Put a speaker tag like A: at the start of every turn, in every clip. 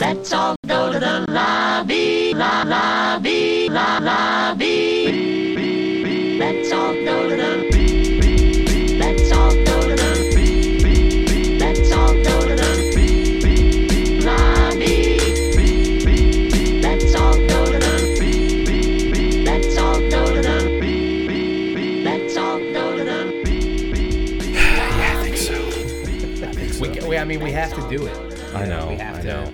A: Let's all go to the lobby, la lobby, la lobby. Let's all go to the. Let's all go to the. Let's all go to the lobby. Let's all go to the. Let's all go to the. Let's all go to the.
B: Yeah, I think so. I think so.
C: We, ca- we, I mean, we have to do it.
B: I know.
C: We have
B: I
C: to.
B: know.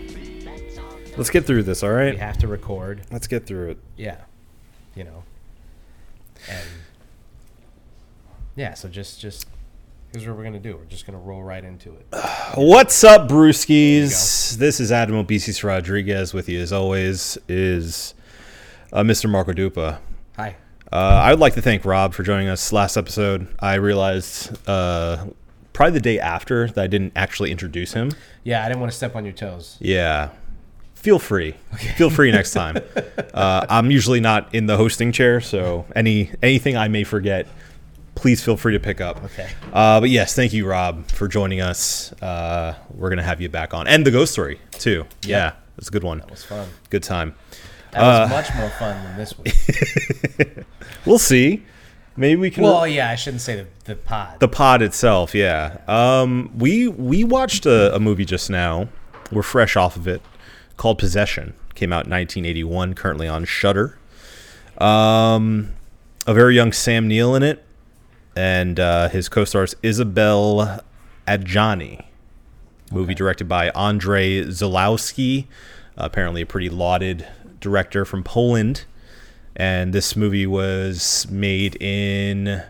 B: Let's get through this, all
C: We
B: right?
C: have to record.
B: Let's get through it.
C: Yeah. You know. And yeah, so just just here's what we're gonna do. We're just gonna roll right into it.
B: What's up, brewskis? This is Adam Obesius Rodriguez with you, as always, is uh, Mr. Marco Dupa.
C: Hi.
B: Uh, I would like to thank Rob for joining us last episode. I realized uh, probably the day after that I didn't actually introduce him.
C: Yeah, I didn't want to step on your toes.
B: Yeah. Feel free. Feel free next time. uh, I'm usually not in the hosting chair, so any anything I may forget, please feel free to pick up.
C: Okay.
B: Uh, but yes, thank you, Rob, for joining us. Uh, we're gonna have you back on, and the ghost story too. Yeah, it's a good one.
C: It was fun.
B: Good time.
C: That was
B: Uh,
C: much more fun than this week.
B: We'll see. Maybe we can.
C: well, yeah, I shouldn't say the, the pod.
B: the pod itself, yeah. Um, we we watched a, a movie just now. We're fresh off of it, called Possession. Came out in 1981. Currently on Shutter. Um, a very young Sam Neill in it, and uh, his co-stars Isabel Adjani. Movie directed by Andre Zolowski, apparently a pretty lauded director from Poland. And this movie was made in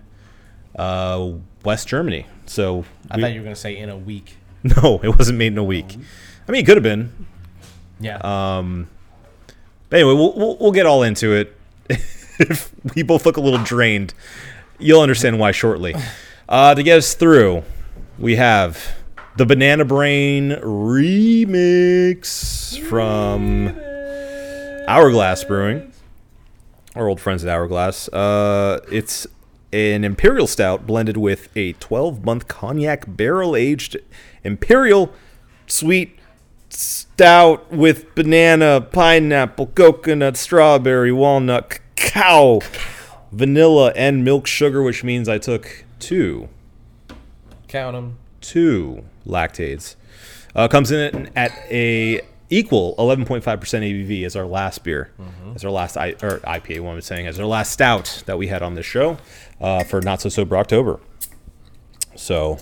B: uh, West Germany. So
C: I
B: we-
C: thought you Oh. were gonna say in a week.
B: no, it wasn't made in a week. I mean, it could have been.
C: Yeah.
B: Uh, But anyway, we'll, we'll, we'll get all into it. if we both look a little drained, you'll understand why shortly. Uh, to get us through, we have the Banana Brain remix from Hourglass Brewing, our old friends at Hourglass. Uh, it's an imperial stout blended with a 12 month cognac barrel aged imperial sweet stout with banana, pineapple, coconut, strawberry, walnut, cacao, vanilla, and milk sugar, which means I took two,
C: Count them.
B: two lactates. Uh, comes in at a equal 11.5% ABV as our last beer, as our last I, or IPA one was saying, as our last stout that we had on this show uh, for Not So Sober October. So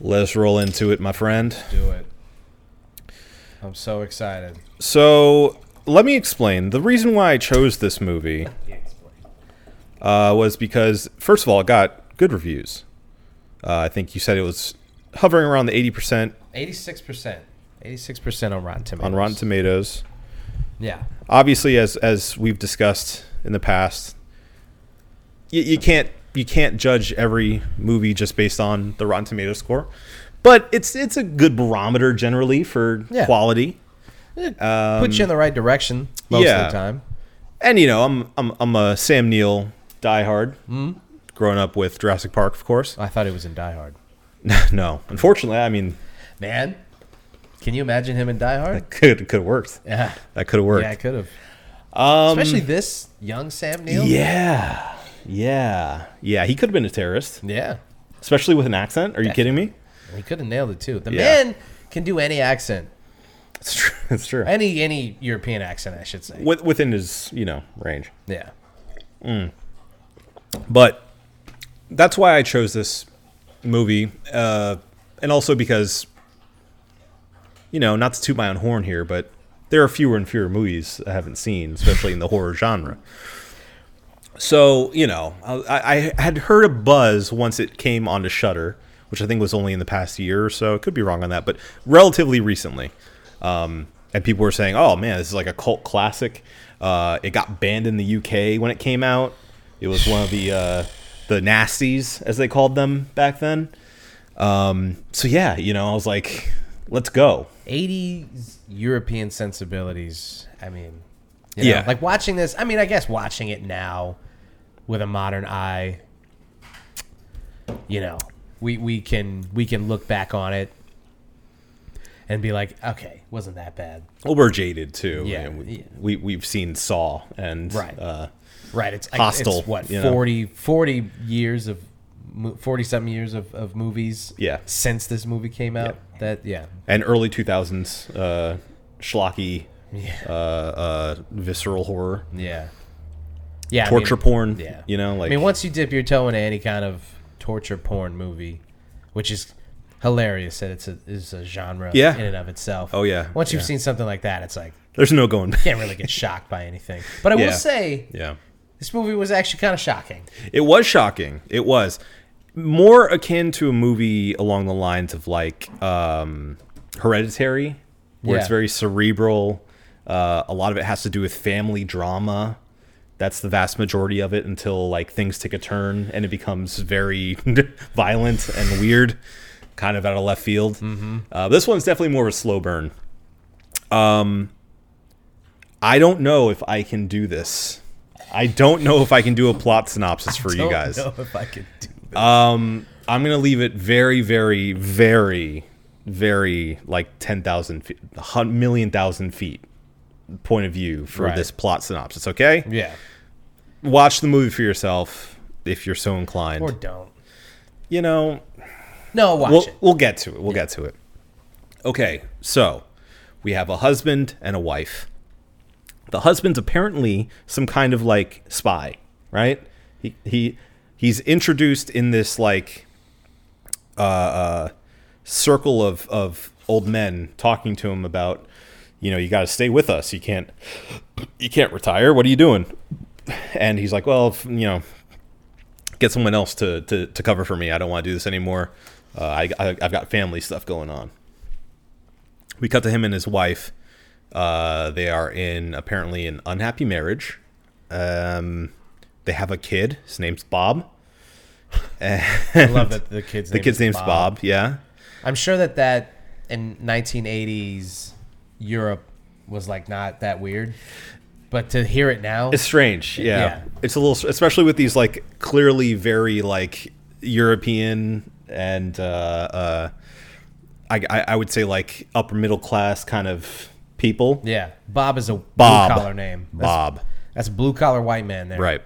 B: let's roll into it, my friend.
C: Do it. I'm so excited.
B: So let me explain. The reason why I chose this movie uh, was because, first of all, it got good reviews. Uh, I think you said it was hovering around the 80%
C: 86%. 86% on Rotten Tomatoes.
B: on Rotten Tomatoes.
C: Yeah.
B: Obviously, as as we've discussed in the past, you, you can't you can't judge every movie just based on the Rotten Tomato score, but it's it's a good barometer generally for
C: Yeah.
B: quality.
C: Put you in the right direction most
B: yeah.
C: of the time.
B: and you know, I'm I'm I'm a Sam Neill diehard. Mm. Growing up with Jurassic Park, of course.
C: I thought it was in Die Hard.
B: no, unfortunately, I mean,
C: Man, can you imagine him in Die Hard?
B: could could have worked.
C: Yeah.
B: That could have worked. Um,
C: Yeah, I could have. Especially this young Sam Neill.
B: yeah, yeah, yeah. He could have been a terrorist,
C: Yeah.
B: especially with an accent. Are you kidding me?
C: He could have nailed it too. The
B: Yeah.
C: man can do any accent.
B: It's true. It's true.
C: Any any European accent, I should say.
B: With, within his you know range,
C: Yeah.
B: but that's why I chose this movie, uh, and also because you know, not to toot my own horn here, but there are fewer and fewer movies I haven't seen, especially in the horror genre. So you know, I, I had heard a buzz once it came onto Shutter, which I think was only in the past year or so. I could be wrong on that, but relatively recently. Um, and people were saying, "Oh man, this is like a cult classic." Uh, it got banned in the UK when it came out. It was one of the uh, the nasties, as they called them back then. Um, so yeah, you know, I was like, "Let's go."
C: 80s European sensibilities. I mean, you know,
B: Yeah.
C: Like watching this, I mean, I guess watching it now with a modern eye, you know, we, we can we can look back on it and be like, okay, wasn't that bad.
B: Well, we're jaded too.
C: Yeah,
B: and we,
C: yeah.
B: we we've seen Saw and
C: Right.
B: uh,
C: Right. It's
B: Hostile,
C: It's, what
B: you know?
C: 40, 40 years of forty something years of, of movies.
B: Yeah.
C: Since this movie came out, that yeah,
B: and early two thousands uh, schlocky,
C: yeah,
B: uh, uh, visceral horror,
C: yeah, yeah. I
B: torture
C: mean,
B: porn.
C: Yeah.
B: you know, like
C: I mean, once you dip your toe into any kind of torture porn movie, which is hilarious that it's a is a genre
B: Yeah.
C: in and of itself.
B: Oh, yeah.
C: Once you've
B: Yeah.
C: seen something like that, it's like
B: there's no going. back.
C: can't really get shocked by anything. But I
B: Yeah.
C: will say
B: yeah,
C: this movie was actually kind of shocking.
B: it was shocking. It was more akin to a movie along the lines of like um, Hereditary, where it's
C: Yeah.
B: very cerebral. Uh, a lot of it has to do with family drama. That's the vast majority of it until like things take a turn and it becomes very violent and weird, kind of out of left field.
C: Mm-hmm.
B: Uh, this one's definitely more of a slow burn. Um, I don't know if I can do this. I don't know if I can do a plot synopsis for you
C: Don't
B: guys.
C: know if I could do that.
B: I'm gonna leave it very, very, very, very like ten thousand feet, a hun- million thousand feet point of view for
C: Right.
B: this plot synopsis. Okay,
C: yeah,
B: watch the movie for yourself if you're so inclined.
C: or don't.
B: you know,
C: No, watch
B: we'll
C: it.
B: we'll get to it. We'll get to it. Okay, so we have a husband and a wife. The husband's apparently some kind of like spy, right? He he he's introduced in this like uh, circle of of old men talking to him about you know you got to stay with us you can't you can't retire what are you doing and he's like well if, you know get someone else to to, to cover for me i don't want to do this anymore uh, I, I i've got family stuff going on we cut to him and his wife uh they are in apparently an unhappy marriage um they have a kid his name's bob
C: I love that the kid's
B: the
C: name
B: kid's
C: is
B: name's bob yeah
C: I'm sure that that in 1980s Europe was like not that weird, but to hear it now,
B: It's strange, yeah.
C: Yeah.
B: It's a little, especially with these like clearly very like European and uh, uh, I, I I would say like upper middle class kind of people.
C: yeah, Bob is a
B: Bob.
C: blue collar name. That's-
B: Bob,
C: that's blue collar white man there.
B: right?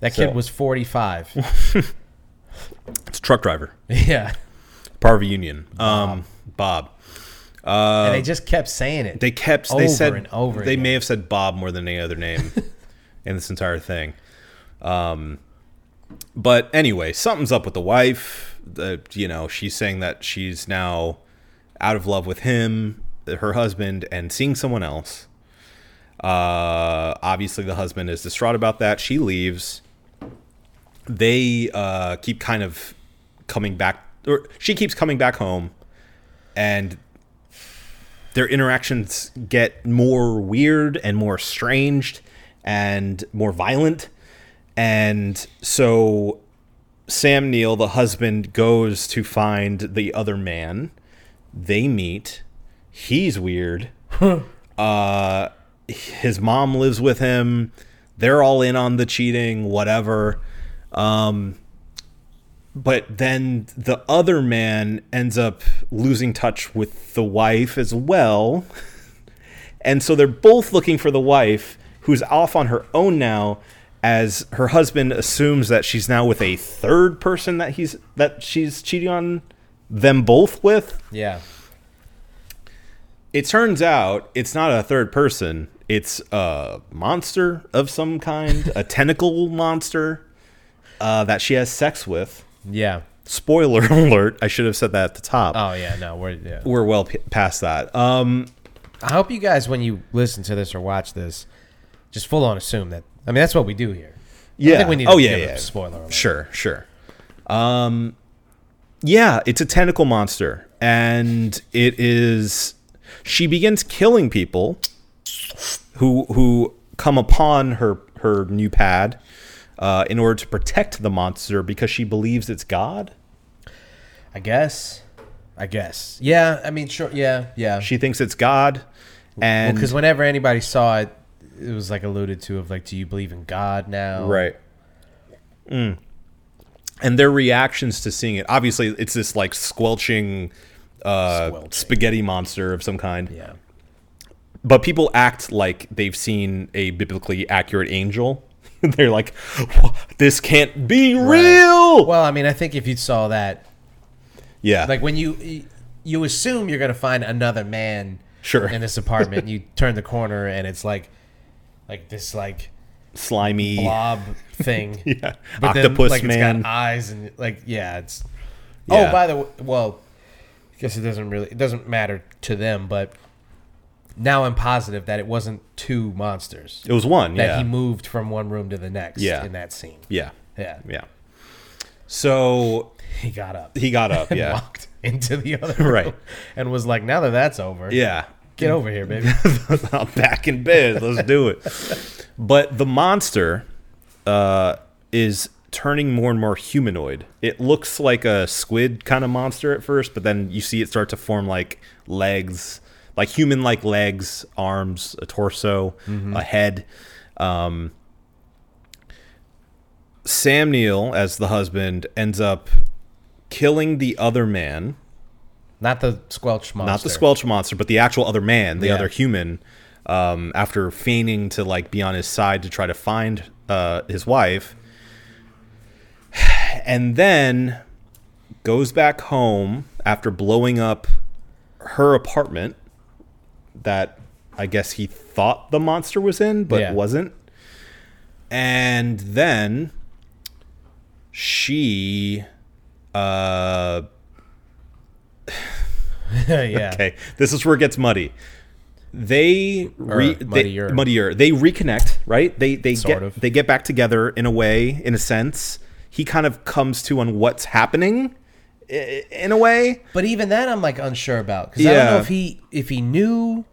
C: That
B: So-
C: kid was 45.
B: It's a truck driver,
C: yeah,
B: part of a union. Um, Bob.
C: and they just kept saying it.
B: Um, They kept they
C: Over
B: said
C: and over
B: they may
C: again.
B: have said Bob more than any other name in this entire thing. Um, but anyway, something's up with the wife. The, you know, she's saying that she's now out of love with him, her husband, and seeing someone else. Uh, obviously, the husband is distraught about that. She leaves. They uh, keep kind of coming back, or she keeps coming back home, and their interactions get more weird and more estranged and more violent. And so Sam Neill, the husband, goes to find the other man. They meet. He's weird. uh, his mom lives with him. They're all in on the cheating, whatever. Um, but then the other man ends up losing touch with the wife as well. And so they're both looking for the wife who's off on her own now as her husband assumes that she's now with a third person that he's that she's cheating on them both with.
C: yeah,
B: It turns out it's not a third person. It's a monster of some kind, a tentacle monster uh, that she has sex with
C: yeah.
B: spoiler alert i should have said that at the top
C: Oh yeah, no, we're yeah.
B: we're well p- past that um
C: I hope you guys, when you listen to this or watch this, just full on assume that. I mean, that's what we do here.
B: yeah
C: I think we need
B: oh
C: to
B: yeah,
C: give a
B: yeah.
C: spoiler alert.
B: sure sure um yeah it's a tentacle monster and it is she begins killing people who who come upon her her new pad uh, in order to protect the monster because she believes it's god
C: I guess. I guess. Yeah. I mean, sure. Yeah. Yeah.
B: she thinks it's god and
C: because whenever anybody saw it, it was like alluded to of like, do you believe in God now?
B: Right. Mm. And their reactions to seeing it, obviously, it's this like squelching, uh,
C: Squelching.
B: spaghetti monster of some kind.
C: Yeah.
B: But people act like they've seen a biblically accurate angel. They're like, "Wha- this can't be real.
C: Well, I mean, I think if you saw that,
B: yeah.
C: like when you you assume you're gonna find another man,
B: Sure.
C: in this apartment, you turn the corner and it's like, like this like
B: slimy.
C: blob thing.
B: Yeah.
C: But
B: Octopus
C: then, like,
B: man.
C: It's got eyes and like yeah, it's.
B: Yeah.
C: Oh, by the way, well, I guess it doesn't really it doesn't matter to them, but now I'm positive that it wasn't two monsters
B: It was one.
C: that
B: yeah.
C: he moved from one room to the next
B: Yeah.
C: in that scene.
B: yeah.
C: Yeah,
B: Yeah. So
C: he got up,
B: he got up.
C: and
B: Yeah.
C: walked into the other room,
B: Right.
C: and was like, "Now that that's over,
B: Yeah.
C: get over here, baby."
B: I'm back in bed. Let's do it. But the monster uh, is turning more and more humanoid. It looks like a squid kind of monster at first, but then you see it start to form like legs, like human like legs, arms, a torso, a head. Um, Sam Neill, as the husband, ends up killing the other man
C: Not the squelch monster.
B: not the squelch monster but the actual other man the
C: Yeah.
B: other human um, after feigning to like be on his side to try to find uh, his wife and then goes back home after blowing up her apartment that i guess he thought the monster was in but
C: Yeah.
B: wasn't and then she uh
C: yeah.
B: Okay, this is where it gets muddy. They, re-
C: Or
B: they-
C: muddier.
B: muddier. They reconnect, right? They they
C: Sort
B: get
C: of.
B: they get back together in a way, in a sense. He kind of comes to on what's happening, i- in a way.
C: But even that, I'm like unsure about because I
B: Yeah.
C: don't know if he if he knew,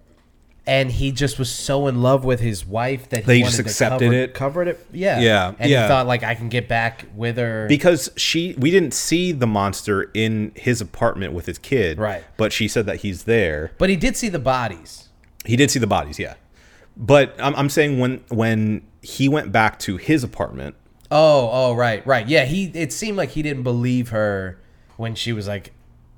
C: and he just was so in love with his wife that he
B: They
C: wanted
B: just
C: to
B: accepted
C: cover,
B: it.
C: covered it, yeah,
B: Yeah,
C: and
B: yeah.
C: he thought like I can get back with her.
B: because she we didn't see the monster in his apartment with his kid,
C: Right.
B: But she said that he's there.
C: but he did see the bodies.
B: He did see the bodies, yeah. But I'm, I'm saying when when he went back to his apartment,
C: Oh, oh, right, right, yeah. He it seemed like he didn't believe her when she was like,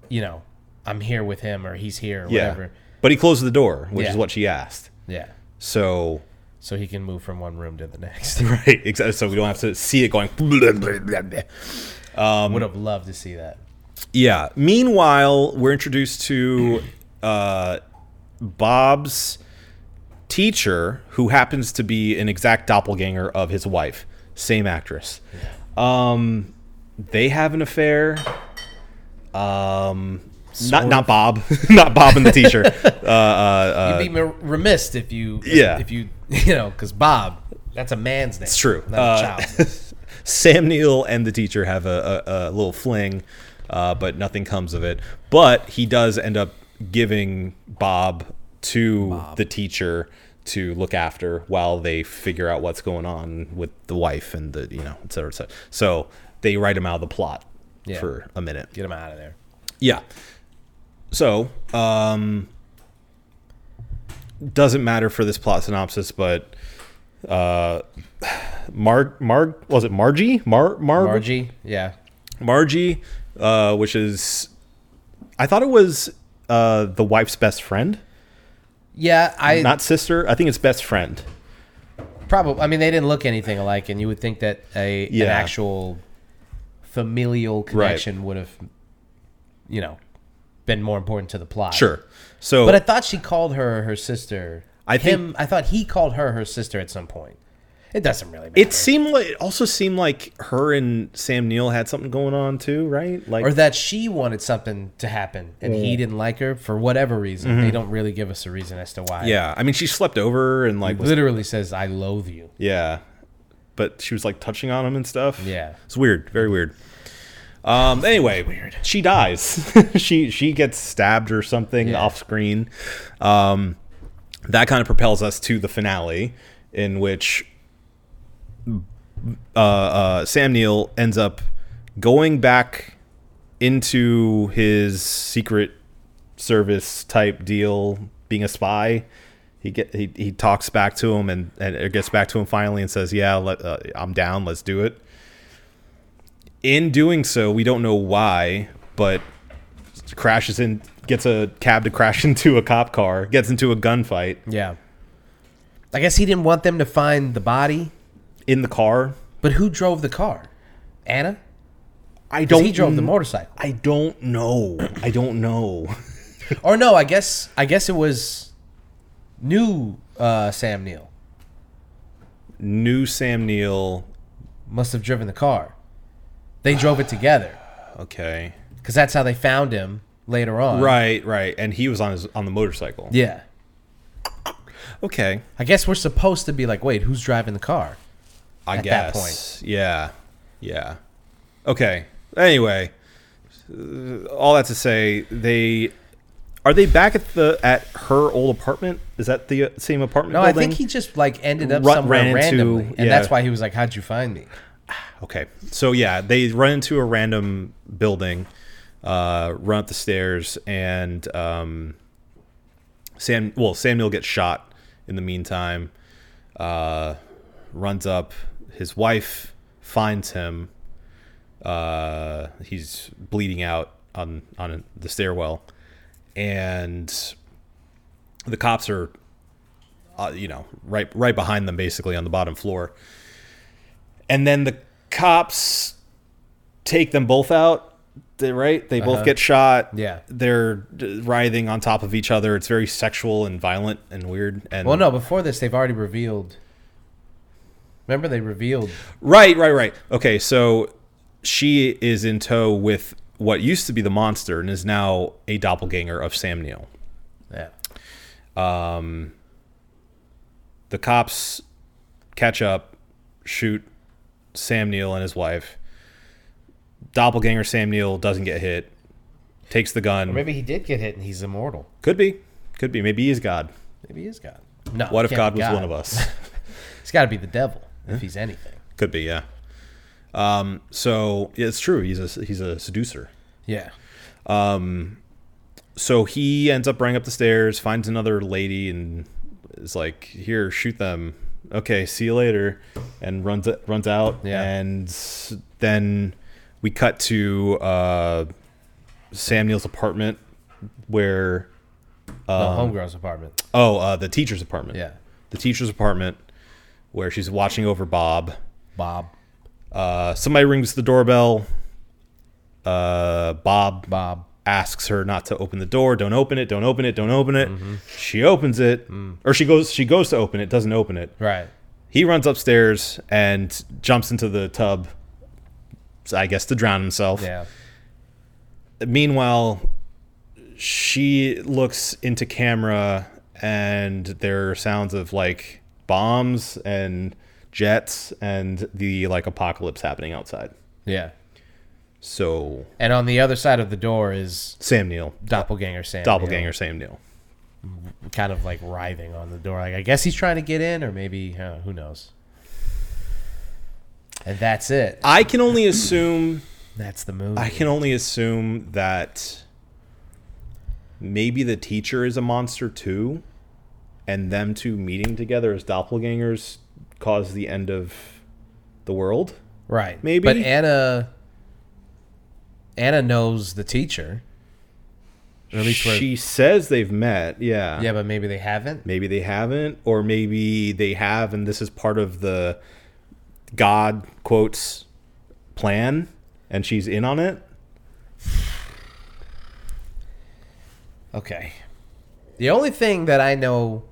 C: you know, I'm here with him or he's here or
B: yeah.
C: whatever.
B: But he closed the door, which is
C: Yeah.
B: what she asked.
C: Yeah,
B: So
C: so he can move from one room to the next.
B: Right, exactly. So we don't have to see it going.
C: Would have loved to see that.
B: Yeah. Meanwhile, we're introduced to uh, Bob's teacher, who happens to be an exact doppelganger of his wife, same actress. Um, they have an affair. Um, not not Bob, not Bob and the teacher.
C: You'd be mer- remiss if you,
B: yeah.
C: if you, you know, because Bob, that's a man's name. It's
B: true.
C: not
B: Uh,
C: a child's. name.
B: Sam Neill and the teacher have a, a, a little fling, uh, but nothing comes of it. But he does end up giving Bob to the teacher to look after while they figure out what's going on with the wife and the, you know, et cetera, et cetera. So they write him out of the plot
C: Yeah.
B: for a minute.
C: Get him out of there.
B: Yeah. So, um, doesn't matter for this plot synopsis, but uh, Marg, Marg, was it Margie? Mar, Mar,
C: Margie, yeah.
B: Margie, uh, which is, I thought it was uh, the wife's best friend,
C: Yeah, I
B: not sister. I think it's best friend.
C: probably. I mean, they didn't look anything alike, and you would think that a
B: Yeah.
C: an actual familial connection would have, you know, been more important to the plot.
B: Sure. So,
C: but I thought she called her her sister.
B: I think-
C: him. I thought he called her her sister at some point. It doesn't really matter.
B: it seemed like it also seemed like her and Sam Neill had something going on too, right? Like,
C: or that she wanted something to happen and
B: Mm.
C: he didn't like her for whatever reason. They don't really give us a reason as to why.
B: Mm-hmm. yeah. I mean, she slept over and like was
C: literally says, "I loathe you."
B: Yeah. But she was like touching on him and stuff.
C: Yeah.
B: It's weird, very weird. Um anyway, weird. she dies. she she gets stabbed or something
C: Yeah.
B: off screen. Um that kind of propels us to the finale in which uh, uh, Sam Neill ends up going back into his secret service type deal, being a spy. He get he, he talks back to him and and it gets back to him finally and says, "Yeah, let, uh, I'm down. Let's do it." In doing so, we don't know why, but crashes in, gets a cab to crash into a cop car, gets into a gunfight
C: Yeah. I guess he didn't want them to find the body,
B: in the car.
C: but who drove the car? Anna?
B: I
C: Because
B: don't.
C: he drove the
B: kn-
C: motorcycle.
B: I don't know. I don't know.
C: Or no, I guess I guess it was new uh, Sam Neill
B: New Sam Neill.
C: must have driven the car. They drove it together
B: Okay.
C: because that's how they found him later on.
B: Right, right. And he was on his on the motorcycle.
C: Yeah.
B: Okay.
C: I guess we're supposed to be like, wait, who's driving the car?
B: I
C: At that
B: guess. Yeah. Yeah. Okay. Anyway, uh, all that to say, they are they back at the at her old apartment? Is that the uh, same apartment?
C: No, I
B: building?
C: think he just like ended up
B: Ru-
C: somewhere
B: ran into-
C: randomly, and
B: yeah.
C: that's why he was like, "How'd you find me?"
B: Okay. So yeah, they run into a random building, uh, run up the stairs, and um, Sam. Well, Samuel gets shot. In the meantime, uh, runs up. His wife finds him. Uh, he's bleeding out on on the stairwell, and the cops are, uh, you know, right right behind them, basically on the bottom floor and then the cops take them both out they, right they both get shot
C: Yeah.
B: they're d- writhing on top of each other it's very sexual and violent and weird and
C: Well, no, before this, they've already revealed. Remember, they revealed.
B: right right right okay so she is in tow with what used to be the monster and is now a doppelganger of sam neill
C: Yeah.
B: the cops catch up, shoot Sam Neill and his wife. Doppelganger Sam Neill doesn't get hit, takes the gun.
C: Maybe he did get hit, and he's immortal.
B: Could be, could be. Maybe he's God.
C: Maybe he is God. No.
B: What
C: he
B: if
C: can't
B: God
C: be
B: was one of us?
C: He's got to be the devil if he's anything.
B: could be, yeah. Um, so yeah, it's true. He's a he's a seducer.
C: Yeah.
B: so he ends up running up the stairs, finds another lady, and is like, "Here, shoot them." Okay, see you later, and runs runs out.
C: Yeah.
B: And then we cut to uh, Sam Neill's apartment, where Um,
C: the homegirl's apartment.
B: oh, uh, the teacher's apartment.
C: Yeah.
B: the teacher's apartment, where she's watching over Bob.
C: Bob.
B: Uh, somebody rings the doorbell. Uh, Bob
C: Bob.
B: asks her not to open the door. Don't open it. Don't open it. Don't open it. She opens it, or she goes. She goes to open it. Doesn't open it.
C: Right.
B: He runs upstairs and jumps into the tub. so I guess to drown himself.
C: Yeah.
B: Meanwhile, she looks into camera, and there are sounds of like bombs and jets and the like apocalypse happening outside.
C: Yeah.
B: So
C: And on the other side of the door is
B: Sam Neill,
C: doppelganger Sam.
B: doppelganger Sam Neill.
C: Neill, kind of like writhing on the door. Like I guess he's trying to get in, or maybe uh, who knows. And that's it.
B: I can only assume
C: That's the movie.
B: I can only assume that maybe the teacher is a monster too, and them two meeting together as doppelgangers caused the end of the world.
C: right.
B: maybe.
C: But Anna. Anna knows the teacher. Or at least we're-
B: she says they've met. Yeah.
C: Yeah, but maybe they haven't.
B: Maybe they haven't, or maybe they have, and this is part of the God quotes plan, and she's in on it.
C: Okay. The only thing that I know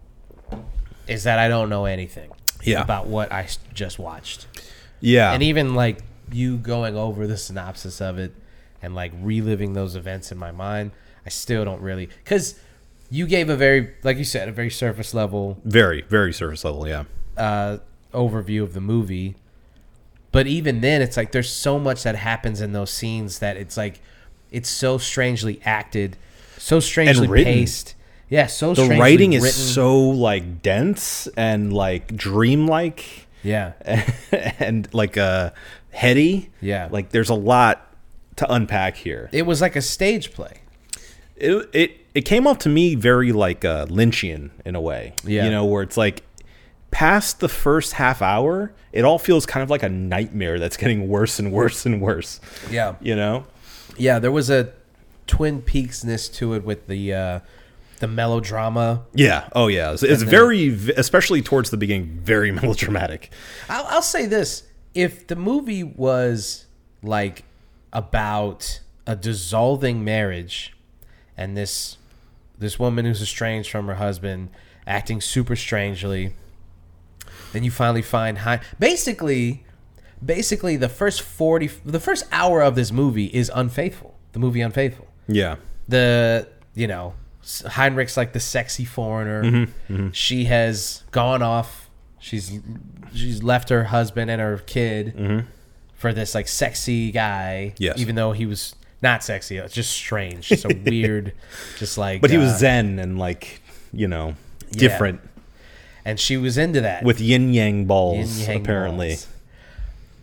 C: is that I don't know anything
B: Yeah.
C: about what I s- just watched.
B: Yeah.
C: and even like you going over the synopsis of it and like reliving those events in my mind i still don't really because you gave a very like you said a very surface level
B: very, very surface level. Yeah.
C: uh, overview of the movie but even then it's like there's so much that happens in those scenes that it's like it's so strangely acted so strangely
B: written.
C: paced yeah so
B: the
C: strangely
B: writing is
C: written.
B: so like dense and like dreamlike
C: yeah
B: and like uh heady
C: Yeah.
B: like there's a lot to unpack here
C: it was like a stage play
B: it it, it came off to me very like uh lynchian in a way
C: Yeah.
B: you know where it's like past the first half hour it all feels kind of like a nightmare that's getting worse and worse and worse
C: yeah
B: you know
C: yeah there was a Twin Peaksness to it with the uh, the melodrama.
B: Yeah. Oh, yeah. It's, it's very, v- especially towards the beginning, very melodramatic.
C: I'll, I'll say this: if the movie was like about a dissolving marriage, and this this woman who's estranged from her husband acting super strangely, then you finally find high. Basically, basically the first forty, the first hour of this movie is unfaithful. The movie unfaithful
B: Yeah.
C: the you know S- Heinrich's like the sexy foreigner.
B: Mm-hmm,
C: She has gone off. She's she's left her husband and her kid for this like sexy guy.
B: Mm-hmm. Yes.
C: even though he was not sexy, it's just strange, just a weird, just like.
B: But he was
C: uh,
B: zen and, like, you know, different
C: and she was into that
B: with yin yang balls,
C: Yin Yang
B: apparently.
C: balls.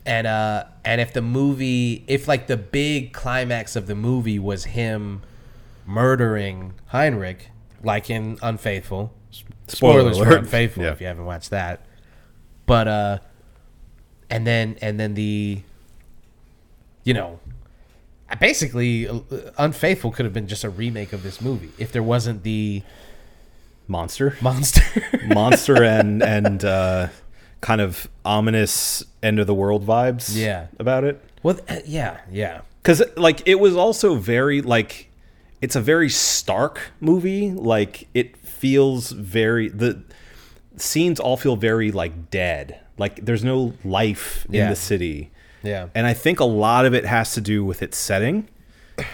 C: And uh, and if the movie, if like the big climax of the movie was him murdering Heinrich, like in Unfaithful.
B: Spoiler
C: Spoilers for
B: alert.
C: Unfaithful
B: Yeah.
C: if you haven't watched that. But uh, and then and then the, you know, basically uh, Unfaithful could have been just a remake of this movie if there wasn't the
B: Monster.
C: monster.
B: Monster and, and, uh, kind of ominous end of the world vibes
C: Yeah.
B: about it.
C: well, th- yeah, yeah.
B: because like it was also very like it's a very stark movie like it feels very the scenes all feel very like dead like there's no life in
C: Yeah.
B: the city
C: Yeah.
B: and i think a lot of it has to do with its setting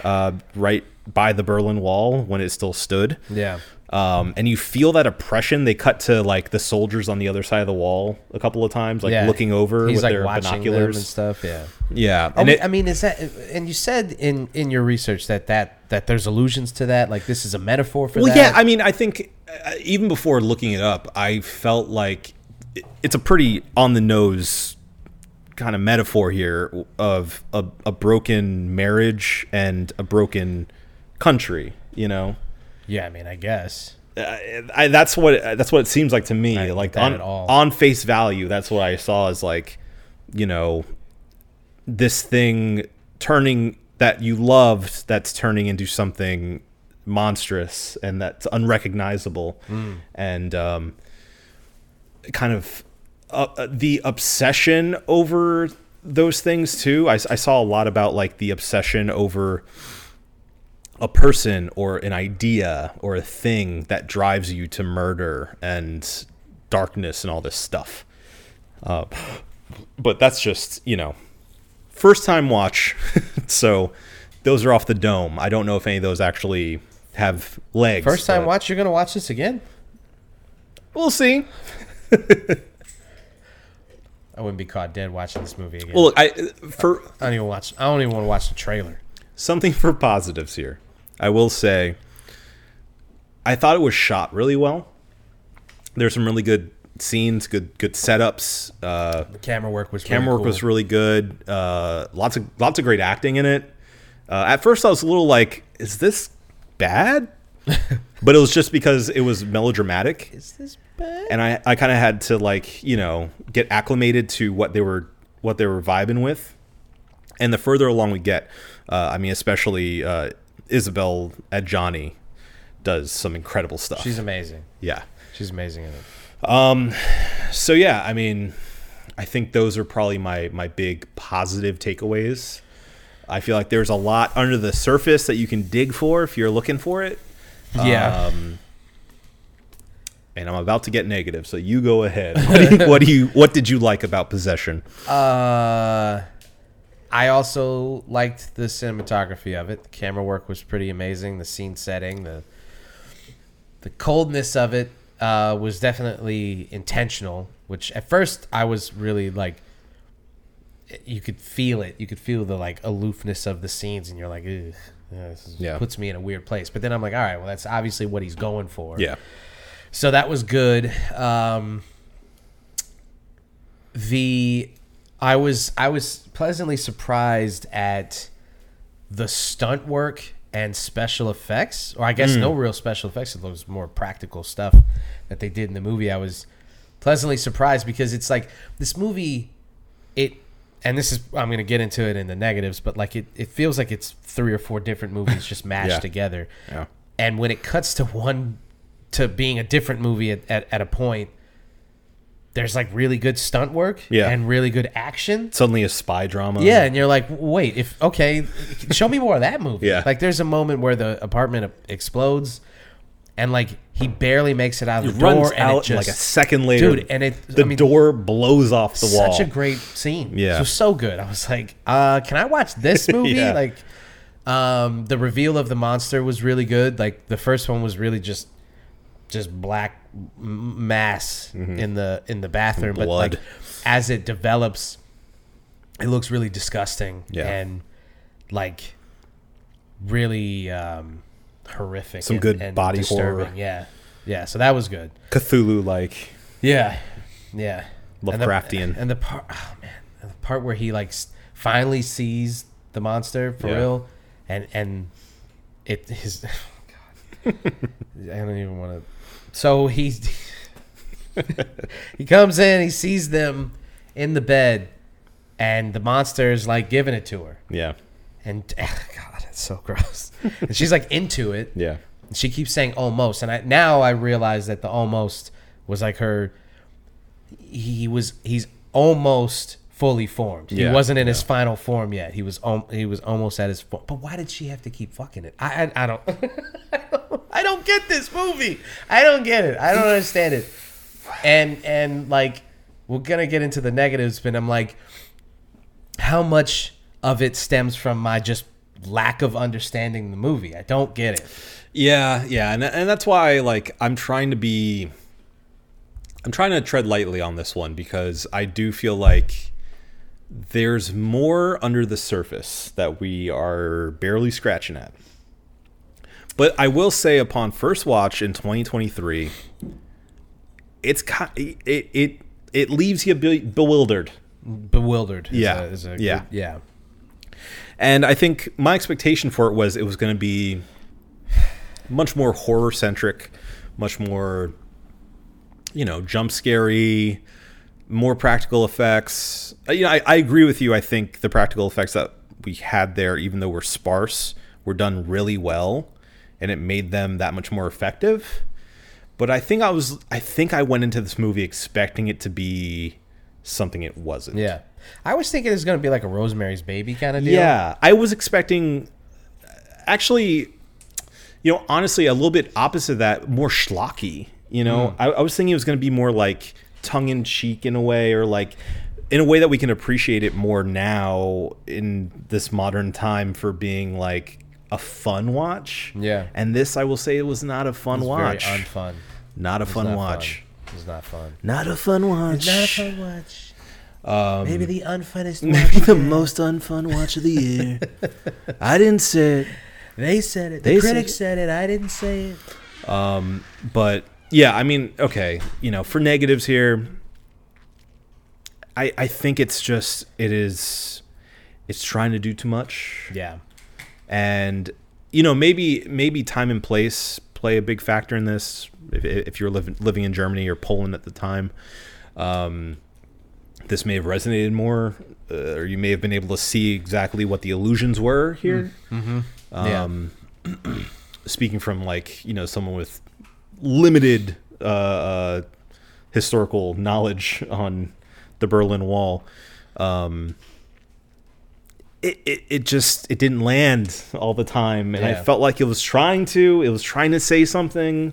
B: uh, right by the berlin wall when it still stood
C: Yeah.
B: um, and you feel that oppression. They cut to like the soldiers on the other side of the wall a couple of times, like
C: Yeah.
B: looking over
C: He's
B: with
C: like
B: their
C: watching them
B: binoculars
C: and stuff. Yeah,
B: Yeah,
C: I
B: and
C: mean,
B: it-
C: I mean, is that? And you said in in your research that that that there's allusions to that. Like this is a metaphor for
B: Well, yeah.
C: that.
B: I mean, I think uh, even before looking it up, I felt like it- it's a pretty on the nose kind of metaphor here of a, a broken marriage and a broken country. You know,
C: yeah. I mean, I guess.
B: I, I, that's what that's what it seems like to me.
C: get
B: like
C: that
B: on
C: at all.
B: on face value, that's what I saw as like, you know, this thing turning that you loved that's turning into something monstrous and that's unrecognizable
C: Hmm.
B: and um, kind of uh, uh, the obsession over those things too. I, s- I saw a lot about like the obsession over a person or an idea or a thing that drives you to murder and darkness and all this stuff. Uh, but that's just you know first time watch, so those are off the dome. I don't know if any of those actually have legs.
C: First time
B: but
C: watch. You're gonna watch this again.
B: We'll see.
C: I wouldn't be caught dead watching this movie again.
B: Well, look, I for
C: I don't even watch. I don't even want to watch the trailer.
B: something for positives here. I will say, I thought it was shot really well. There's some really good scenes, good good setups. Uh,
C: The camera work was
B: camera work was really good. Uh, lots of lots of great acting in it. Uh, at first, I was a little like, "Is this bad?" but it was just because it was melodramatic
C: Is this bad?
B: and I, I kind of had to like you know get acclimated to what they were what they were vibing with, and the further along we get, uh, I mean especially uh, Isabel at Johnny does some incredible stuff.
C: She's amazing.
B: yeah.
C: She's amazing in it.
B: So yeah, I mean, I think those are probably my my big positive takeaways. I feel like there's a lot under the surface that you can dig for if you're looking for it.
C: Yeah.
B: Um, and I'm about to get negative, so you go ahead. What do you, what do you what did you like about possession?
C: Uh, I also liked the cinematography of it. The camera work was pretty amazing. The scene setting, the the coldness of it uh, was definitely intentional. Which at first I was really like, you could feel it. You could feel the like aloofness of the scenes, and you're like, Ugh, yeah, this is,
B: Yeah.
C: puts me in a weird place. But then I'm like, all right, well that's obviously what he's going for.
B: Yeah.
C: So that was good. Um, the I was I was pleasantly surprised at the stunt work and special effects, or I guess no real special effects. It was more practical stuff that they did in the movie. I was pleasantly surprised because it's like this movie. It and this is I'm gonna get into it in the negatives, but like it, it feels like it's three or four different movies just mashed
B: Yeah.
C: together.
B: Yeah.
C: And when it cuts to one to being a different movie at, at, at a point, there's like really good stunt work
B: Yeah.
C: and really good action.
B: Suddenly a spy drama.
C: Yeah, and you're like, wait, if okay, show me more of that movie.
B: Yeah.
C: Like there's a moment where the apartment explodes and like he barely makes it out of
B: It
C: the
B: runs
C: door and
B: out
C: it just
B: like a second later.
C: Dude, and it-
B: the
C: I mean,
B: door blows off the wall.
C: Such a great scene.
B: Yeah.
C: It was so good. I was like, uh, can I watch this movie?
B: Yeah.
C: Like, um, the reveal of the monster was really good. Like the first one was really just, just black m- mass in the in the bathroom. But like,
B: Mm-hmm. Blood.
C: as it develops, it looks really disgusting.
B: Yeah.
C: And like, really um, horrific.
B: Some
C: and-
B: good
C: and
B: body horror.
C: disturbing. Yeah. Yeah. So that was good.
B: Cthulhu like.
C: Yeah, yeah. And
B: Lovecraftian.
C: the, and the part, oh man, and the part where he like s- finally sees the monster for
B: Yeah.
C: real, and and it his. oh, God, I don't even want to. So he he comes in, he sees them in the bed, and the monster is like giving it to her,
B: Yeah.
C: and God, it's so gross. and she's like into it,
B: Yeah.
C: she keeps saying almost and I, now i realize that the almost was like her he was he's almost fully formed
B: Yeah,
C: he wasn't in his final form yet he was om, he was almost at his form but why did she have to keep fucking it i i, I don't i don't get this movie i don't get it i don't understand it and and like we're gonna get into the negatives but i'm like how much of it stems from my just lack of understanding the movie i don't get it
B: Yeah, yeah, and and that's why like I'm trying to be I'm trying to tread lightly on this one because I do feel like there's more under the surface that we are barely scratching at. But I will say upon first watch in 2023 it's ki- it it it leaves you be- bewildered.
C: bewildered. is
B: Yeah.
C: a- is a
B: Yeah.
C: good- yeah,
B: And I think my expectation for it was it was going to be much more horror centric, much more, you know, jump scary, more practical effects. Uh, You know, I, I agree with you. I think the practical effects that we had there, even though were sparse, were done really well, and it made them that much more effective. But I think I was, I think I went into this movie expecting it to be something it wasn't.
C: yeah. I was thinking it's gonna be like a Rosemary's Baby kind of deal.
B: Yeah, I was expecting, actually, you know, honestly, a little bit opposite of that, more schlocky. You know,
C: Hmm.
B: I, I was thinking it was going to be more like tongue in cheek in a way, or like in a way that we can appreciate it more now in this modern time for being like a fun watch.
C: Yeah.
B: and this I will say it was not a fun
C: It's
B: watch.
C: Very unfun.
B: not a fun
C: Not
B: watch.
C: Fun. It's not fun.
B: Not a fun watch. Um,
C: watch. maybe the unfunnest
D: Maybe the most unfun watch of the year. I didn't say it.
C: They said it.
D: They said critics it.
C: said it. I didn't say it.
B: Um, but yeah, I mean, okay, you know, for negatives here, I I think it's just it is it's trying to do too much,
C: Yeah.
B: and you know maybe maybe time and place play a big factor in this. If, if you're living living in Germany or Poland at the time, um, this may have resonated more, uh, or you may have been able to see exactly what the illusions were here
C: Um,
B: speaking from like you know someone with limited uh, uh, historical knowledge on the Berlin Wall, um, it, it it just it didn't land all the time, and I
C: Yeah.
B: felt like it was trying to it was trying to say something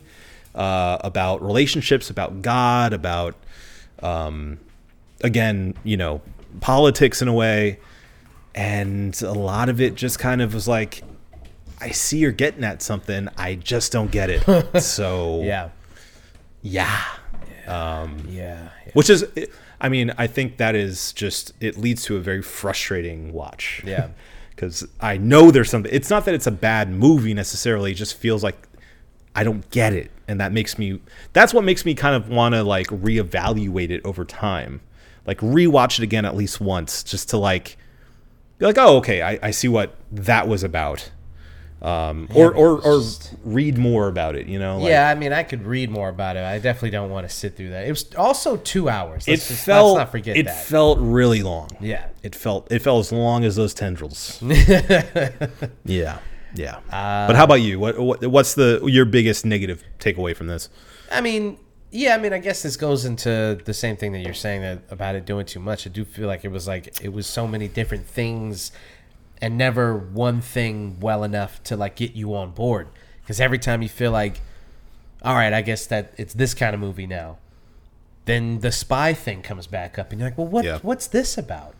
B: uh, about relationships, about God, about um, again you know politics in a way. And a lot of it just kind of was like, I see you're getting at something. I just don't get it. So
C: yeah.
B: yeah.
C: Yeah. Yeah.
B: Which is, I mean, I think that is just it leads to a very frustrating watch.
C: Yeah.
B: because I know there's something. It's not that it's a bad movie necessarily. It just feels like I don't get it, and that makes me. That's what makes me kind of want to like reevaluate it over time, like rewatch it again at least once, just to like be like, oh, okay, I, I see what that was about. um, or or or read more about it. You know, like,
C: yeah, I mean, I could read more about it. I definitely don't want to sit through that. It was also two hours.
B: it
C: Let's just-
B: felt
C: Let's not forget
B: it
C: that.
B: felt really long.
C: yeah.
B: It felt it felt as long as those tendrils. yeah, yeah. but how about you? What, what what's the your biggest negative takeaway from this?
C: I mean, yeah, I mean, I guess this goes into the same thing that you're saying that about it doing too much. I do feel like it was like it was so many different things and never one thing well enough to like get you on board. Because every time you feel like, all right, I guess that it's this kind of movie now, then the spy thing comes back up, and you're like, well, what
B: Yeah.
C: what's this about?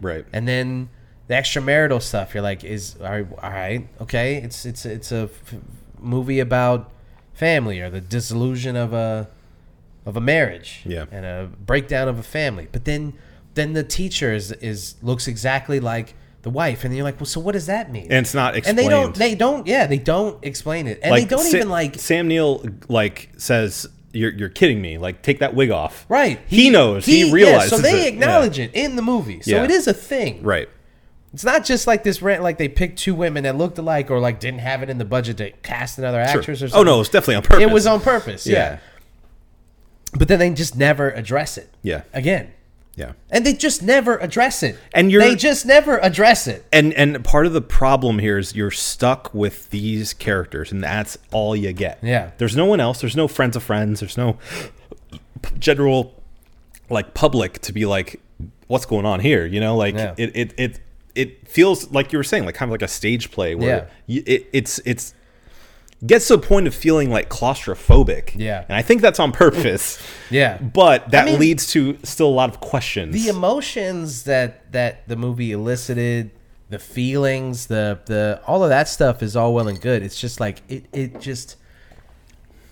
B: Right.
C: and then the extramarital stuff you're like is all right, all right okay it's it's it's a f- movie about family or the disillusion of a of a marriage
B: Yeah.
C: and a breakdown of a family but then then the teacher is, is looks exactly like the wife and you're like well so what does that mean
B: And it's not
C: and they don't
B: explained.
C: they don't yeah they don't explain it and they don't
B: Sa-
C: even like
B: Sam Neill like says you're you're kidding me like take that wig off
C: right
B: he, knows he,
C: yeah,
B: realizes
C: so they
B: it.
C: acknowledge it in the movie so
B: Yeah.
C: it is a thing
B: yeah. right
C: It's not just like this rant, like they picked two women that looked alike or like didn't have it in the budget to cast another
B: Sure.
C: actress or
B: oh
C: something.
B: no it's definitely on purpose
C: It was on purpose, yeah.
B: Yeah.
C: But then they just never address it.
B: Yeah.
C: Again.
B: yeah
C: And they just never address it.
B: And you're-
C: they just never address it.
B: and and part of the problem here is you're stuck with these characters and that's all you get
C: Yeah.
B: there's no one else there's no friends of friends there's no general like public to be like what's going on here you know like
C: Yeah.
B: it, it it it feels like you were saying like kind of like a stage play where you, it, it's it's gets to a point of feeling like claustrophobic
C: Yeah.
B: and i think that's on purpose
C: Yeah.
B: but that
C: mean-
B: leads to still a lot of questions
C: the emotions that that the movie elicited the feelings the the all of that stuff is all well and good it's just like it it just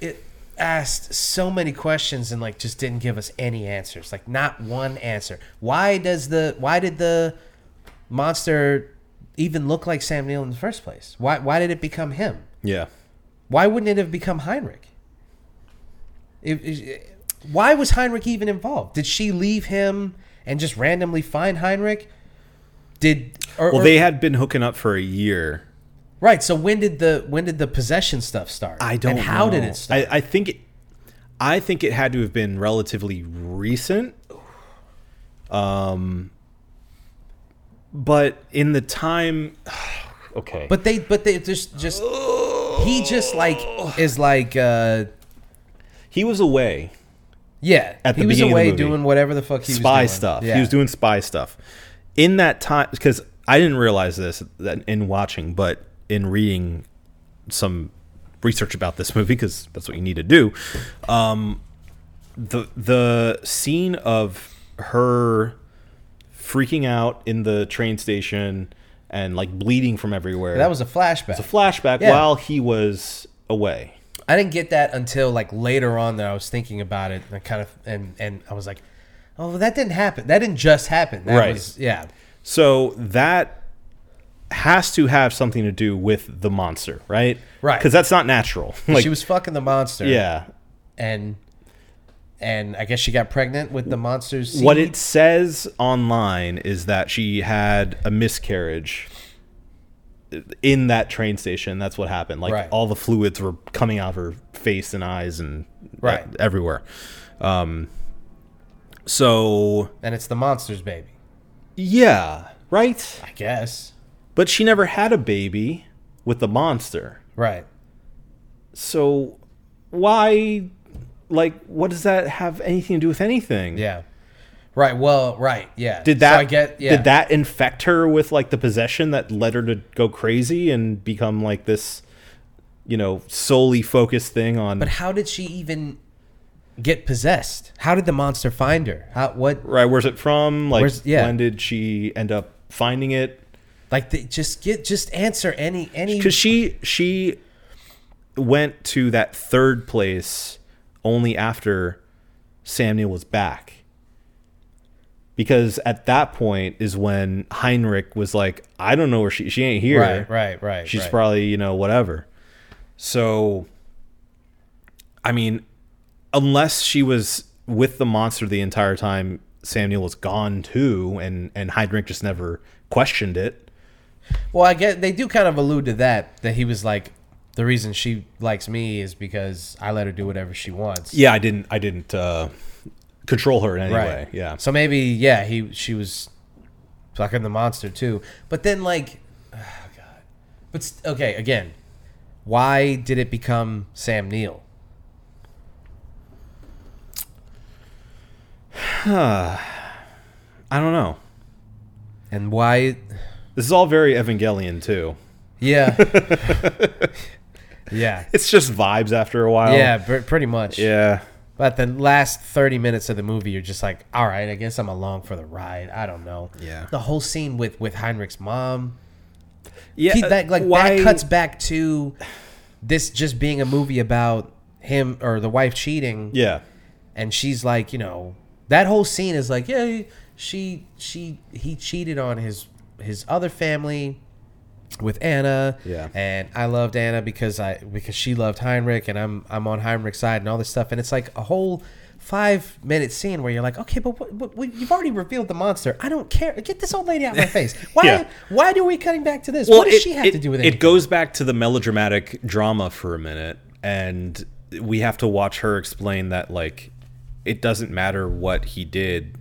C: it asked so many questions and like just didn't give us any answers like not one answer why does the why did the monster even look like sam neill in the first place why why did it become him
B: yeah
C: why wouldn't it have become Heinrich? It- it- why was Heinrich even involved? Did she leave him and just randomly find Heinrich? Did or,
B: well
C: or-
B: they had been hooking up for a year
C: right? So when did the when did the possession stuff start?
B: I don't.
C: And how did
B: know.
C: it start?
B: I, I think it. I think it had to have been relatively recent. Um, but in the time, okay.
C: but they but they just just he just like is like uh
B: he was away,
C: yeah
B: At the
C: he was
B: beginning of the
C: away
B: movie.
C: doing whatever the fuck he
B: spy
C: was doing.
B: stuff.
C: Yeah.
B: He was doing spy stuff. In that time, because I didn't realize this that in watching, but in reading some research about this movie, because that's what you need to do. Um, the the scene of her freaking out in the train station and like bleeding from everywhere.
C: that was a flashback.
B: a flashback
C: Yeah.
B: while he was away.
C: I didn't get that until like later on that I was thinking about it and I kind of and and I was like, oh, well, that didn't happen. That didn't just happen. That
B: Right.
C: was yeah.
B: So that has to have something to do with the monster, right?
C: Right.
B: Because that's not natural. Like,
C: she was fucking the monster.
B: yeah.
C: And and I guess she got pregnant with the monster's seed.
B: What it says online is that she had a miscarriage in that train station. That's what happened. Like
C: Right.
B: all the fluids were coming out of her face and eyes and
C: Right.
B: e- everywhere. Um, so
C: and it's the monster's baby.
B: yeah, right.
C: I guess.
B: But she never had a baby with the monster.
C: Right.
B: So why like what does that have anything to do with anything?
C: Yeah. Right. Well, right. Yeah.
B: Did
C: So
B: that
C: I get yeah.
B: did that infect her with like the possession that led her to go crazy and become like this you know solely focused thing on
C: But how did she even get possessed? How did the monster find her? How what
B: right where's it from like
C: Where's- yeah.
B: when did she end up finding it?
C: like the, just get just answer any any
B: Cuz she she went to that third place only after Sam Neill was back. Because at that point is when Heinrich was like, I don't know where she she ain't here.
C: Right, right, right.
B: She's
C: right.
B: probably, you know, whatever. So I mean, unless she was with the monster the entire time Sam Neill was gone too and and Heinrich just never questioned it.
C: Well, I guess they do kind of allude to that that he was like the reason she likes me is because I let her do whatever she wants.
B: Yeah, I didn't. I didn't uh, control her in any
C: Right.
B: way. Yeah.
C: So maybe yeah, he she was fucking the monster too. But then like, oh god. But s- okay, again, why did it become Sam Neill?
B: I don't know.
C: And why?
B: This is all very Evangelion too.
C: Yeah. yeah.
B: It's just vibes after a while.
C: Yeah, pr- pretty much.
B: Yeah.
C: But the last 30 minutes of the movie, you're just like, all right, I guess I'm along for the ride. I don't know.
B: Yeah.
C: The whole scene with, with Heinrich's mom,
B: Yeah.
C: he,
B: uh,
C: that, like,
B: why-
C: that cuts back to this just being a movie about him or the wife cheating.
B: Yeah.
C: And she's like, you know, that whole scene is like, yeah, she, she, he cheated on his, his other family with Anna.
B: Yeah.
C: And I loved Anna because I because she loved Heinrich and I'm I'm on Heinrich's side and all this stuff and it's like a whole 5 minute scene where you're like, "Okay, but what, what, what- you've already revealed the monster. I don't care. Get this old lady out of my face. Why
B: Yeah.
C: why do we cutting back to this? what does she have to do with
B: it
C: it?"
B: goes back to the melodramatic drama for a minute and we have to watch her explain that like it doesn't matter what he did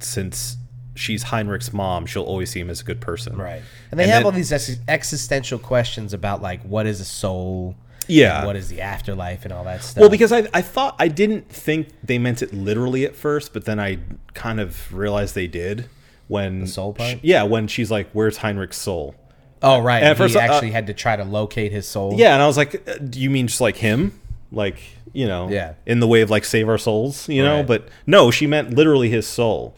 B: since she's heinrich's mom she'll always see him as a good person
C: right. And they
B: And
C: have
B: then-
C: all these ex- existential questions about like what is a soul?
B: Yeah.
C: and What is the afterlife and all that stuff.
B: well because I, I thought i didn't think they meant it literally at first but then i kind of realized they did when
C: soul
B: she-
C: part?
B: yeah when she's like where's heinrich's soul
C: Oh, right.
B: at
C: He
B: first, uh,
C: actually had to try to locate his soul.
B: Yeah, and I was like, uh, do you mean just like him? Like, you know,
C: Yeah.
B: in the way of like save our souls, you know?
C: Right.
B: But no, she meant literally his soul.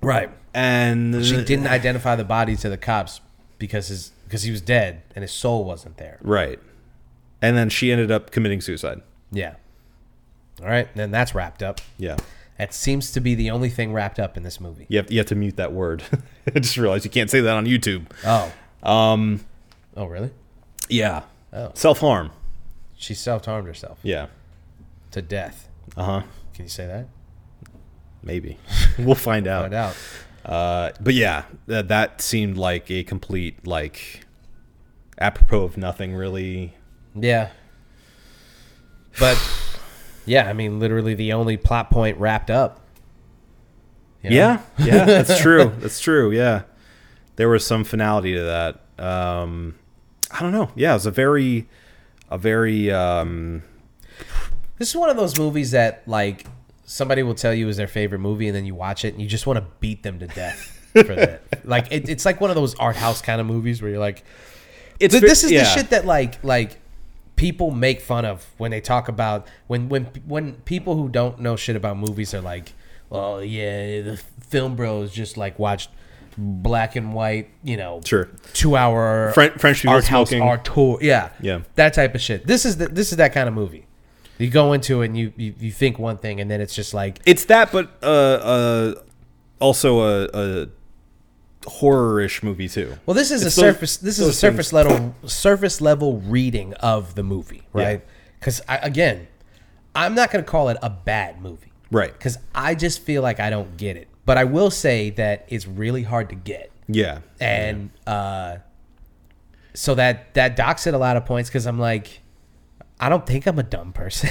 C: Right.
B: And
C: She didn't identify the body to the cops because his because he was dead and his soul wasn't there.
B: Right. And then she ended up committing suicide.
C: Yeah. All right, then that's wrapped up.
B: Yeah.
C: That seems to be the only thing wrapped up in this movie.
B: You have, you have to mute that word. I just realized you can't say that on YouTube.
C: Oh. Um. Oh really?
B: Yeah.
C: Oh.
B: Self harm.
C: She self harmed herself
B: Yeah.
C: to death.
B: Uh huh.
C: Can you say that?
B: Maybe. we'll find out.
C: Find out.
B: Uh, but yeah, that, that seemed like a complete, like, apropos of nothing really.
C: Yeah. But yeah, I mean, literally the only plot point wrapped up. You know?
B: Yeah, yeah, that's true. That's true. Yeah, there was some finality to that. Um, I don't know. Yeah, it was a very, a very. Um,
C: This is one of those movies that like somebody will tell you is their favorite movie, and then you watch it and you just want to beat them to death for that. Like it, it's like one of those art house kind of movies where you're like,
B: it's
C: Th-
B: ve-
C: this is
B: yeah.
C: the shit that like like people make fun of when they talk about when when when people who don't know shit about movies are like, well, yeah, the film bros just like watched black and white, you know,
B: Sure.
C: two hour
B: Fren- French people
C: art house
B: smoking.
C: art tour, yeah,
B: Yeah.
C: that type of shit. This is the, this is that kind of movie. You go into it and you, you you think one thing and then it's just like
B: It's that, but uh, uh, also a, a horror-ish movie too.
C: Well, this is
B: It's
C: a
B: those-
C: surface. This is a
B: those
C: surface
B: things.
C: level surface level reading of the movie, right? Because again, I'm not going to call it a bad movie,
B: Right.
C: Because I just feel like I don't get it. But I will say that it's really hard to get,
B: Yeah,
C: and uh, so that that docks it a lot of points because I'm like, I don't think I'm a dumb person,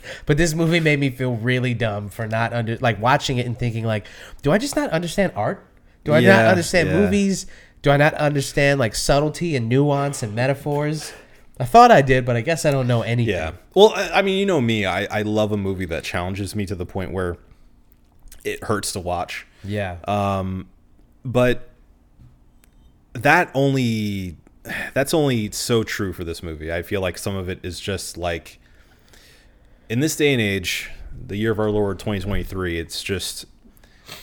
C: but this movie made me feel really dumb for not under like watching it and thinking like, do I just not understand art? Do I not
B: Yeah,
C: understand
B: yeah.
C: movies? Do I not understand like subtlety and nuance and metaphors? I thought I did, but I guess I don't know anything.
B: yeah. Well, I, I mean, you know me. I, I love a movie that challenges me to the point where it hurts to watch.
C: yeah,
B: Um, but that only that's only so true for this movie. I feel like some of it is just like in this day and age, the year of our Lord 2023, it's just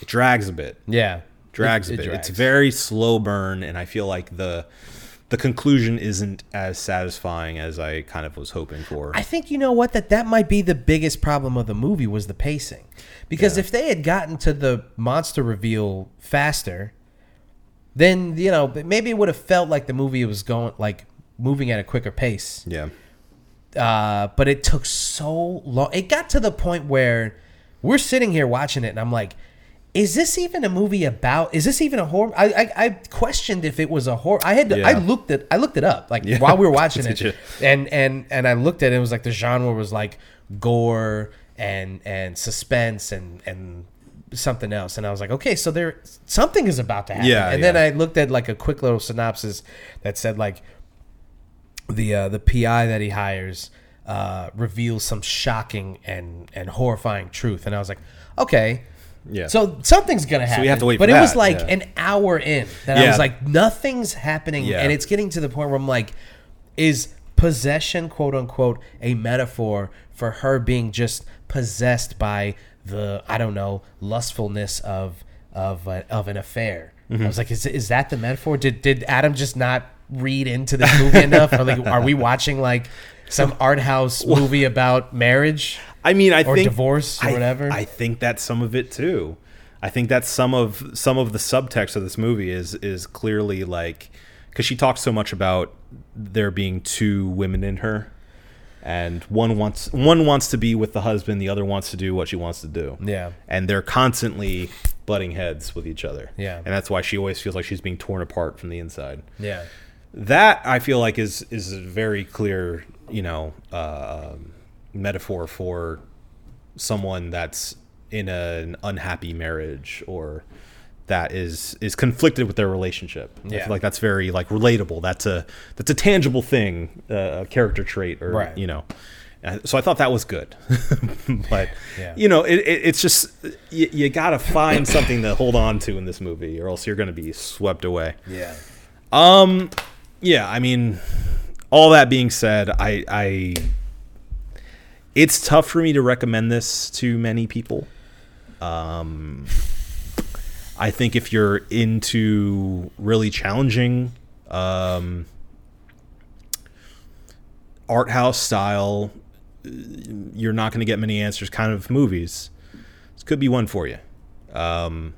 B: it drags a bit.
C: yeah.
B: Drags
C: It-
B: a
C: it
B: bit. It's
C: drags.
B: very slow burn and I feel like the the conclusion isn't as satisfying as I kind of was hoping for.
C: I think you know what that that might be the biggest problem of the movie was the pacing, because if they had gotten to the monster reveal faster, then you know maybe it would have felt like the movie was going like moving at a quicker pace.
B: yeah.
C: Uh, but it took so long. It got to the point where we're sitting here watching it, and I'm like, is this even a movie about? Is this even a horror? I I, I questioned if it was a horror. I had to, I
B: Yeah.
C: looked it I looked it up like while we were watching
B: Did
C: it,
B: you?
C: and and and I looked at it. It was like the genre was like gore and and suspense and and something else. And I was like, okay, so there something is about to happen.
B: Yeah,
C: and
B: yeah.
C: then I looked at like a quick little synopsis that said like the uh, the PI that he hires uh, reveals some shocking and and horrifying truth, and I was like, okay,
B: Yeah.
C: So something's gonna happen.
B: we have to wait
C: But
B: for
C: it was
B: that,
C: like
B: yeah.
C: an hour in that I
B: Yeah.
C: was like, nothing's happening,
B: Yeah.
C: and it's getting to the point where I'm like, is possession quote unquote a metaphor for her being just possessed by the I don't know lustfulness of of a, of an affair? I was like, is is that the metaphor? Did did Adam just not read into this movie enough? Or like, are we watching like some art house movie about marriage?
B: I mean, I
C: Or
B: think
C: divorce or
B: I-
C: whatever.
B: I think that's some of it too. I think that's some of some of the subtext of this movie is is clearly like because she talks so much about there being two women in her, and one wants one wants to be with the husband, the other wants to do what she wants to do.
C: Yeah.
B: and they're constantly butting heads with each other.
C: Yeah.
B: and that's why she always feels like she's being torn apart from the inside
C: Yeah.
B: that I feel like is is a very clear, you know, uh, metaphor for someone that's in an unhappy marriage or that is is conflicted with their relationship. I
C: Yeah.
B: feel like that's very like relatable. That's a that's a tangible thing, uh, a character trait, or
C: Right.
B: you know. Uh, So I thought that was good, but
C: Yeah.
B: you know, it, it, it's just you, you gotta find something to hold on to in this movie, or else you're gonna be swept away.
C: Yeah.
B: Yeah, I mean, all that being said, I, I it's tough for me to recommend this to many people. Um, I think if you're into really challenging um, art house style, you're not going to get many answers kind of movies. This could be one for you. Um,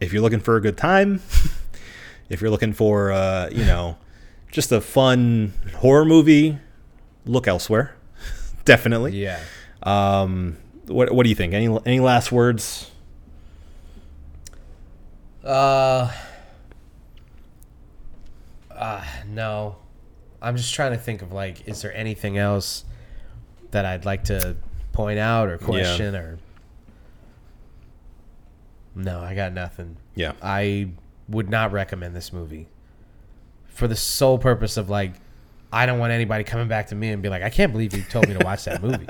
B: if you're looking for a good time, if you're looking for uh, you know just a fun horror movie, look elsewhere. Definitely.
C: Yeah.
B: Um, what what do you think? Any any last words?
C: Uh, uh no. I'm just trying to think of like is there anything else that I'd like to point out or question or No, I got nothing.
B: Yeah.
C: I would not recommend this movie for the sole purpose of like I don't want anybody coming back to me and be like, I can't believe you told me to watch that movie.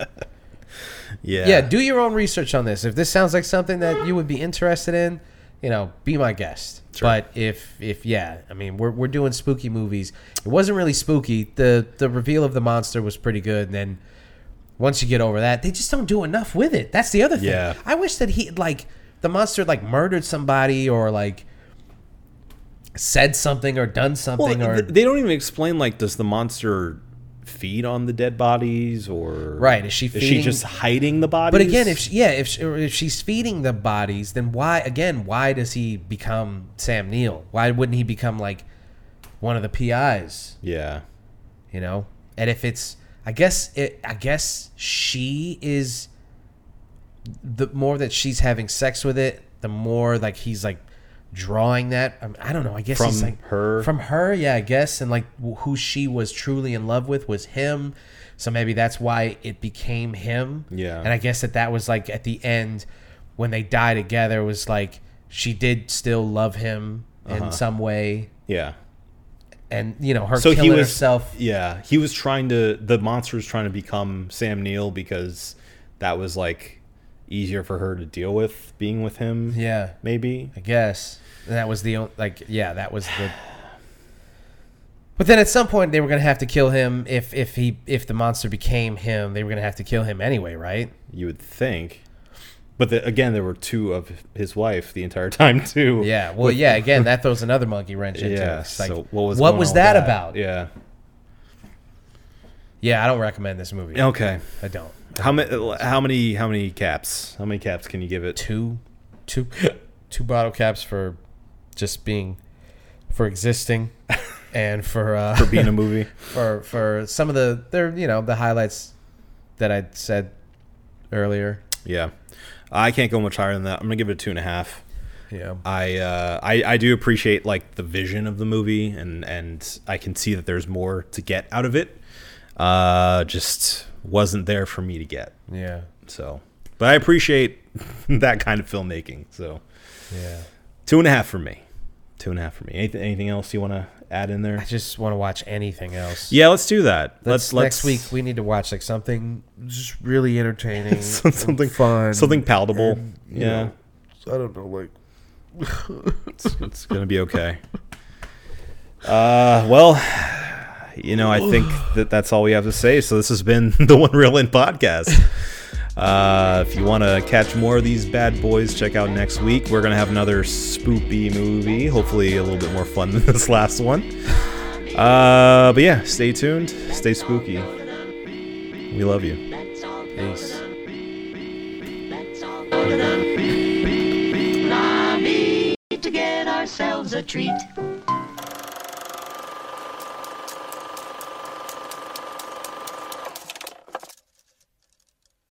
B: Yeah.
C: yeah, do your own research on this. If this sounds like something that you would be interested in, you know, be my guest. But if if yeah, I mean, we're we're doing spooky movies. It wasn't really spooky. The the reveal of the monster was pretty good, and then once you get over that, they just don't do enough with it. That's the other thing.
B: Yeah.
C: I wish that he like the monster like murdered somebody or like said something or done
B: Well,
C: something or
B: th- they don't even explain like does the monster feed on the dead bodies or
C: Right, is she
B: is she
C: feeding-
B: just hiding the bodies?
C: But again, if she, yeah, if she, or if she's feeding the bodies, then why again? Why does he become Sam Neill? Why wouldn't he become like one of the PIs?
B: yeah,
C: You know. And if it's, I guess it, I guess she is. The more that she's having sex with it, the more like he's like drawing that. I, mean, I don't know. I guess
B: From
C: he's like
B: her?
C: from her. Yeah, I guess. And like wh- who she was truly in love with was him. So maybe that's why it became him.
B: Yeah.
C: And I guess that that was like at the end when they die together was like she did still love him in some way,
B: yeah.
C: and you know her
B: Uh-huh. So
C: killing
B: he was
C: herself.
B: yeah he was trying to the monster was trying to become Sam Neill because that was like easier for her to deal with being with him.
C: Yeah,
B: maybe.
C: I guess and that was the only like yeah that was the. But then at some point they were gonna have to kill him if if he if the monster became him they were gonna have to kill him anyway right
B: You would think. But the, again, there were two of his wife the entire time too.
C: yeah well yeah again that throws another monkey wrench into
B: yeah.
C: it. It's like,
B: so what was
C: what
B: going
C: was
B: on with
C: that, about yeah.
B: Yeah.
C: I don't recommend this movie
B: Okay.
C: I don't
B: How many? How many? How many caps? How many caps can you give it?
C: two two two bottle caps for just being for existing and for uh
B: For being a movie.
C: for for some of the there you know the highlights that I said earlier.
B: Yeah. I can't go much higher than that. I'm gonna give it a two and a half.
C: Yeah.
B: I, uh, I I do appreciate like the vision of the movie, and and I can see that there's more to get out of it. Uh, just wasn't there for me to get.
C: Yeah.
B: So, but I appreciate that kind of filmmaking. So,
C: Yeah.
B: two and a half for me. Two and a half for me. Anything, anything else you want to add in
C: I
B: there?
C: just want to watch anything else.
B: Yeah, let's do that. let's let's
C: next week we need to watch like something just really entertaining,
B: Some- something
C: and fun,
B: something palatable.
C: you
B: yeah,
C: know, I don't know, like
B: it's, it's gonna be okay. Uh, well, you know, I think that that's all we have to say. So this has been the One Real In podcast. Uh, if you want to catch more of these bad boys, check out next week. We're gonna have another spoopy movie. Hopefully, a little bit more fun than this last one. Uh, but yeah, stay tuned, stay spooky. We love you.
C: ace.
A: Now need to get ourselves a treat.